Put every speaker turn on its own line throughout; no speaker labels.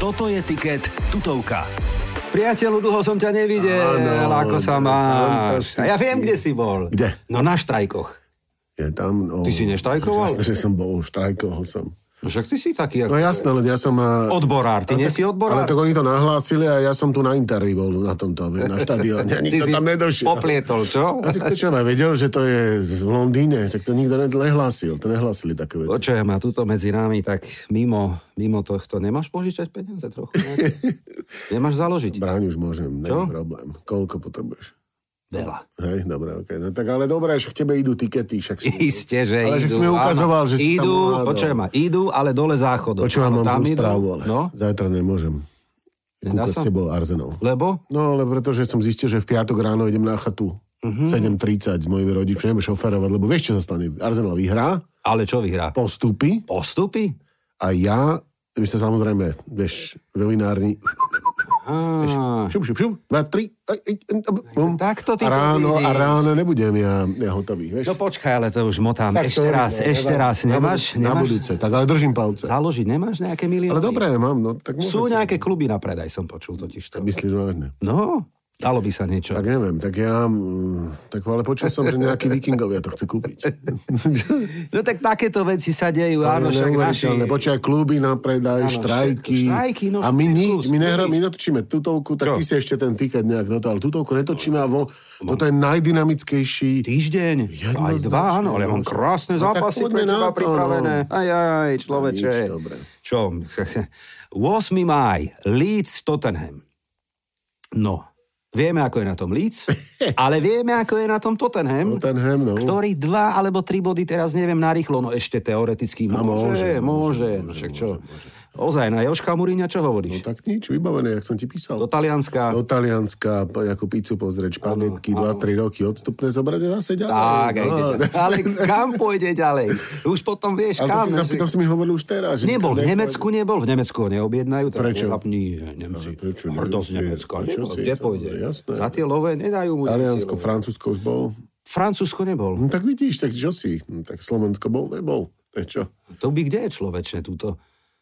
Toto je tiket tutovka.
Priateľu, dlho som ťa nevidel,
Áno,
ako sa máš.
fantasticky.
A ja viem, kde si bol.
Kde?
No na štrajkoch.
Je tam, no,
Ty si neštrajkoval?
Jasne, že som bol, štrajkoval som.
No však ty si taký
No
ako...
jasné, len ja som... a-
Odborár, ty nie
tak-
si odborár?
Ale tak oni to nahlásili a ja som tu na Interi bol na tomto, vieš, na štadióne. a
Ty
Nikto
si
tam nedošiel.
Poplietol, čo?
A tak to čo, ja vedel, že to je v Londýne, tak to nikto ne- nehlásil, to nehlásili také veci.
Počujem ma tuto medzi nami, tak mimo, mimo tohto, nemáš požičať peniaze trochu? nejaké? nemáš založiť?
Bráň už môžem, nie
Čo?
je problém. Koľko potrebuješ?
Veľa.
Hej, dobre, okej. No tak ale dobre, že k tebe idú tikety, však si...
Isté, že idú.
ale že si mi ukazoval,
áno.
že si
idú,
tam
počujem ma, idú, ale dole záchodom.
Počúvam,
Áno,
mám zlú
idú.
správu, ale
No,
zajtra nemôžem.
Nedá
Kúkať
sa?
s tebou Arzenov.
lebo?
No, ale pretože som zistil, že v piatok ráno idem na chatu. Uh-huh.
Mhm.
7.30 s mojimi rodičmi, neviem šoferovať, lebo vieš, čo sa stane? Arsenal vyhrá,
Ale čo vyhrá?
postupy
Postupy?
a ja, my sa samozrejme, vieš, v vinárni,
Á,
šup, šup, šup, dva, tri, aj, aj, aj, bum.
Takto ty
a
to
ráno, a
vidíš.
ráno nebudem ja, ja hotový, vieš.
no počkaj, ale to už motám.
Tak
ešte
to-
raz, ešte
na-
raz. Nemáš?
Na,
nemáš?
budúce, tak ale držím palce.
Založiť nemáš nejaké milióny?
Ale dobré, mám, no tak môžem.
Sú nejaké kluby na predaj, som počul totiž to.
Myslíš vážne?
No, dalo by sa niečo.
Tak neviem, tak ja, mm, tak ale počul som, že nejakí vikingovia to chce kúpiť.
No tak takéto veci sa dejú, áno,
Áno,
však naši...
neuveriteľné. Počúvaj, kluby na
Áno,
predaj, štrajky.
všetko, štrajky, no,
a my,
všetko,
ni, my,
skvelý.
nehra, my natočíme tutovku, tak
Čo?
ty si ešte ten tiket nejak dotal. Tutovku netočíme a vo, toto je najdynamickejší.
Týždeň, aj dva, áno, ale ja mám krásne
No tak
zápasy pre
poďme na
teba
to,
pripravené. Aj, aj, človeče.
nič, dobre.
Čo? 8. máj, Leeds, Tottenham. No, vieme, ako je na tom Leeds, ale vieme, ako je na tom Tottenham.
Tottenham, no.
Ktorý dva alebo tri body, teraz neviem, narýchlo, no ešte teoreticky môže, môže, môže, no však čo. Ozaj, na Joška Muríňa, čo hovoríš?
Tak nič, vybavené, jak som ti písal.
Do Talianska.
Do Talianska, po- ako pizzu pozrieť, špagetky, 2-3 roky odstupné zobrať a zase ďalej.
Tak, aj
No,
ide ďalej. ale kam pôjde ďalej? Už potom vieš,
Ale to
kam.
si, sa,
že-
to si mi hovoril už teraz. že
Nebol, v
nepôjde.
Nemecku nebol, v Nemecku ho neobjednajú. Tak
Prečo?
nezap- Nie, Nemci.
Ale prečo?
Hrdosť
Nie,
Nemecka.
prečo
nebol,
si?
Kde pôjde?
Jasné.
Za tie love nedajú mu. Nemci
Taliansko,
love.
Francúzsko už bol.
Francúzsko nebol.
No tak vidíš, tak čo si? No, tak Slovensko bol, nebol. To je čo?
To by kde je človeče túto?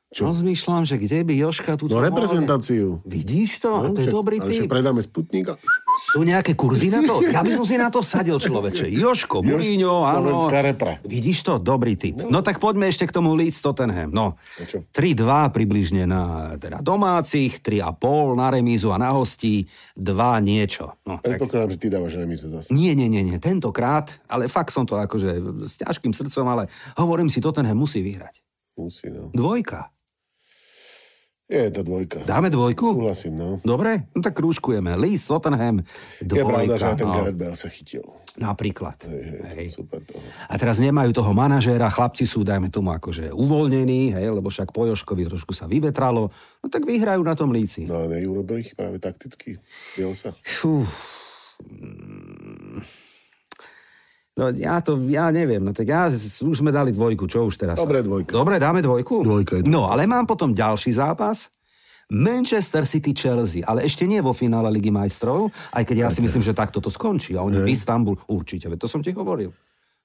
Čo? Rozmýšľam, že kde by Joška túto...
No
mohla-
reprezentáciu.
Vidíš to?
No,
to je
však-
dobrý
ale však
typ.
predáme Sputnika.
Sú nejaké kurzy na to? Ja by som si na to sadil, človeče. Joško, Mourinho, áno.
slovenská repre.
Vidíš to? Dobrý typ. No tak poďme ešte k tomu Leeds Tottenham. No,
No čo?
3-2 približne na teda domácich, 3,5 na remízu a na hostí, 2 niečo. No, tak.
Predpokladám, že ty dávaš remize zase.
Nie, nie, nie, nie, tentokrát, ale fakt som to akože s ťažkým srdcom, ale hovorím si, Tottenham musí vyhrať.
Musí, no.
Dvojka.
Je to dvojka.
Dáme dvojku?
Súhlasím, no.
Dobre? No tak krúžkujeme. Leeds, Tottenham,
Je pravda, že
dvojka.
aj ten
no.
Gareth Bale sa chytil.
Napríklad.
Je to
Hej.
Super to.
A teraz nemajú toho manažéra, chlapci sú, dajme tomu, akože uvoľnení, hej, lebo však po Joškovi trošku sa vyvetralo, no tak vyhrajú na tom líci. No.
No a neurobil ich práve takticky. Biel sa.
Fú. No ja to, ja neviem, no tak ja, s- už sme dali dvojku, čo už teraz?
Dobre, dvojka.
Dobre, dáme dvojku?
Dvojka je to.
No, ale mám potom ďalší zápas, Manchester City Chelsea, ale ešte nie vo finále Ligy majstrov, aj keď ja si myslím, že takto to skončí. A oni v Istanbul, určite, veď to som ti hovoril.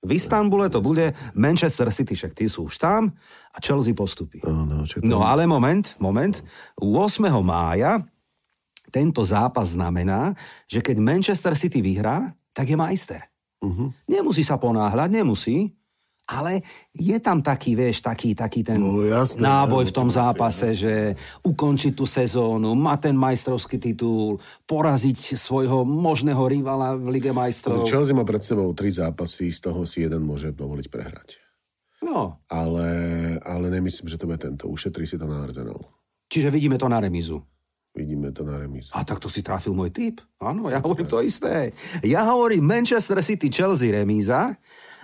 V Istanbule to bude Manchester City, však tí sú už tam a Chelsea postupí.
Áno, čo
No ale moment, moment. 8. mája tento zápas znamená, že keď Manchester City vyhrá, tak je majster.
Mhm.
Uh-huh. Nemusí sa ponáhľať, nemusí, ale je tam taký, vieš, taký, taký ten
No, jasné,
náboj
áno,
v tom
to musí,
zápase, že ukončiť tú sezónu, má ten majstrovský titul, poraziť svojho možného rivala v Lige majstrov.
No, Chelsea má pred sebou tri zápasy, z toho si jeden môže dovoliť prehrať.
No,
Ale, ale nemyslím, že to bude tento. Ušetrí si to na Arsenal.
čiže vidíme to na remizu.
Vidíme to na remizu.
A tak to si trafil môj typ. Áno, ja hovorím to isté. Ja hovorím Manchester City, Chelsea, remíza,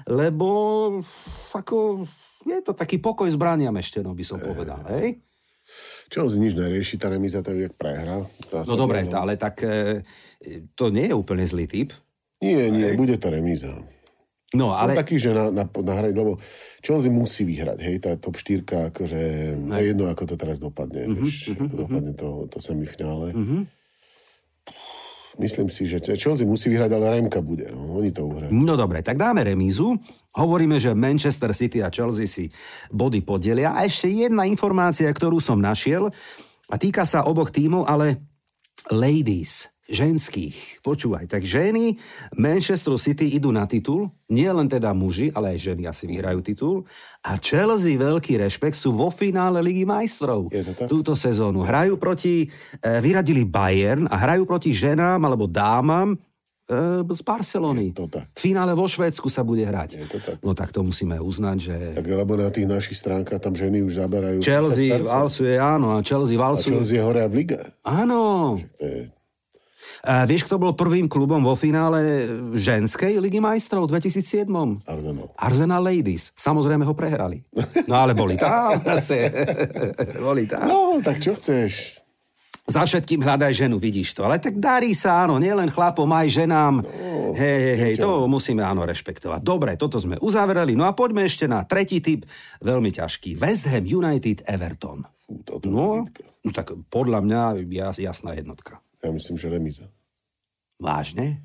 lebo ako je to taký pokoj s bránia Mešteno, by som povedal. Hej?
Chelsea nič nerieši, tá remiza to je jak prehra. Tá
No
sa-
dobre, tá- ale tak e, to nie je úplne zlý typ.
Nie, nie, bude to remiza.
No,
Ale...
ale...
Taký, že na, na, na hre, lebo Chelsea musí vyhrať, hej, tá top 4, akože to je jedno, ako to teraz
Mhm,
dopadne, mm-hmm, vieš, ako dopadne to, to semifinále. Mm-hmm. Myslím si, že Chelsea musí vyhrať, ale Remka bude, no, oni to uhrajú.
No dobre, tak dáme remízu. Hovoríme, že Manchester City a Chelsea si body podelia. A ešte jedna informácia, ktorú som našiel. A týka sa oboch tímov, ale ladies, ženských. Počúvaj, tak ženy Manchester City idú na titul, nie len teda muži, ale aj ženy asi vyhrajú titul. A Chelsea, veľký rešpekt, sú vo finále Ligy majstrov
Je to tak?
túto sezónu. Hrajú proti, e, vyradili Bayern a hrajú proti ženám alebo dámam e, z Barcelony.
Je to tak.
V finále vo Švédsku sa bude hrať.
Je to tak.
No tak to musíme uznať, že...
Tak lebo na tých našich stránkach tam ženy už zaberajú
Chelsea
30%.
valcuje, áno, a Chelsea
A
valcuje.
Chelsea je hore v lige.
Áno.
To je,
A vieš, kto bol prvým klubom vo finále ženskej ligy majstrov v 2007?
Arsenal.
Arsenal Ladies. Samozrejme ho prehrali. No ale boli tam. zase. boli tam.
No, tak čo chceš?
Za všetkým hľadaj ženu, vidíš to. Ale tak darí sa, áno, nielen chlapom, aj ženám. hej, hej, hej, to musíme, áno, rešpektovať. Dobre, toto sme uzavreli. No a poďme ešte na tretí typ, veľmi ťažký. West Ham United Everton.
Fú, toto je
No,
bitka.
no tak podľa mňa jas, jasná jednotka.
Ja myslím, že remiza.
Vážne?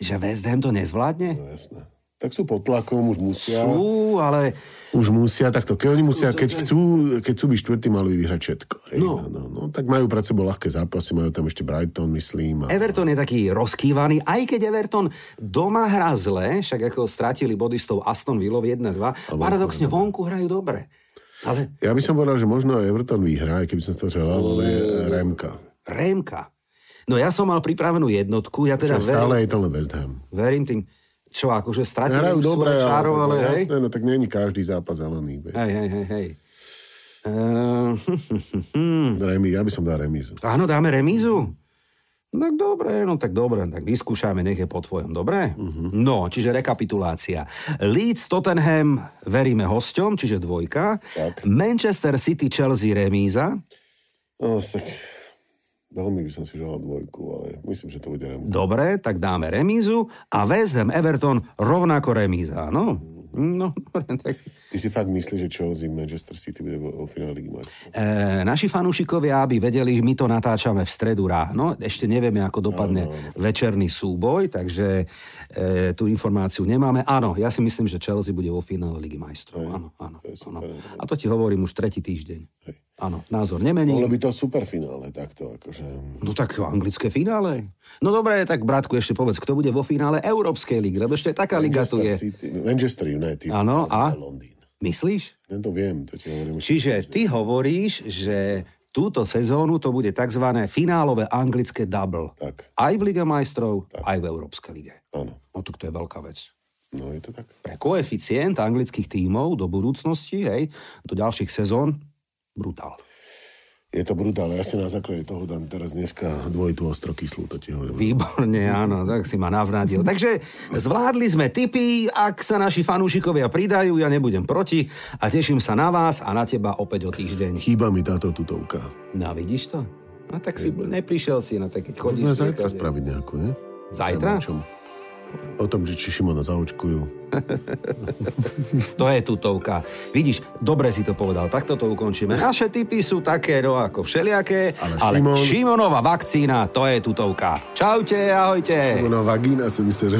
Že West Ham to nezvládne?
No jasné. Tak sú pod tlakom, už musia.
Sú, ale
Už musia, takto, keď oni musia, keď chcú, keď chcú byť štvrtý, mali by vyhrať všetko. Hej,
No.
No, no, tak majú pred sebou ľahké zápasy, majú tam ešte Brighton, myslím. A...
Everton je taký rozkývaný, aj keď Everton doma hrá zle, však ako strátili body s tou Aston Villou 1-2, paradoxne vonku hrajú dobre. Ale
Ja by som povedal, že možno aj Everton vyhrá, aj keby som to želal,
Mm.
ale je Remka.
Rémka. No ja som mal pripravenú jednotku, ja teda verím,
Stále je to len West Ham.
verím tým, čo akože stratili
Hrajú
svoje
dobre, ale,
čaro, ale hej.
jasné, no tak není každý zápas zelený. vieš.
Hej, hej, hej, hej. Ehm,
Remi, ja by som dal remizu.
Áno, dáme remízu. No tak dobre, no tak dobre, tak vyskúšame, nech je po tvojom, dobre? No, čiže rekapitulácia. Leeds, Tottenham, veríme hosťom, čiže dvojka.
Tak.
Manchester City, Chelsea, remíza.
No, tak veľmi by som si želal dvojku, ale myslím, že to bude remka.
Dobre, tak dáme remízu. A West Ham, Everton, rovnako remíza, áno? No, dobre, tak...
Ty si fakt myslíš, že Chelsea Manchester City bude vo, vo finále Ligy majstrov?
E, naši fanúšikovia, aby vedeli, my to natáčame v stredu ráno, ešte nevieme, ako
No,
dopadne večerný súboj, takže e, tú informáciu nemáme. Áno, ja si myslím, že Chelsea bude vo finále Ligy majstrov. Áno, áno,
to je
áno.
super.
A to ti hovorím už tretí týždeň.
Hej.
Áno, názor nemení.
Bolo by to super finále, takto akože...
No tak anglické finále. No dobre, tak bratku, ešte povedz, kto bude vo finále Európskej ligy, lebo ešte taká liga tu
Manchester
je.
City, Manchester United.
Áno, a?
Londýn.
Myslíš?
Ja to viem, to ti hovorím.
Čiže ty hovoríš, že túto sezónu to bude tzv. finálové anglické double.
Tak.
Aj v Lige majstrov, aj v Európskej lige.
Áno,
No tak to je veľká vec.
no je to tak.
Pre koeficient anglických tímov do budúcnosti, hej, do ďalších sezón, brutál.
Je to brutálne, ja si na základe toho dám teraz dneska dvojitú ostrokyslú, to ti hovorím.
Výborne, áno, tak si ma navrátil. Takže zvládli sme tipy, ak sa naši fanúšikovia pridajú, ja nebudem proti a teším sa na vás a na teba opäť o týždeň.
Chýba mi táto tutovka.
No vidíš to? No tak si neprišiel si, no tak keď chodíš...
Poďme zajtra
niekade-
spraviť nejakú, ne?
Zajtra?
Neviem, o čom. O tom, že či Šimona zaočkujú.
To je tutovka. Vidíš, dobre si to povedal, takto to ukončíme. Naše typy sú také, no ako všelijaké,
Ale
ale,
Šimon-
Šimonova vakcína, to je tutovka. Čaute, ahojte.
Ona vagína, som myslel, že...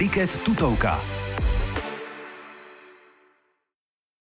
Tiket tutovka.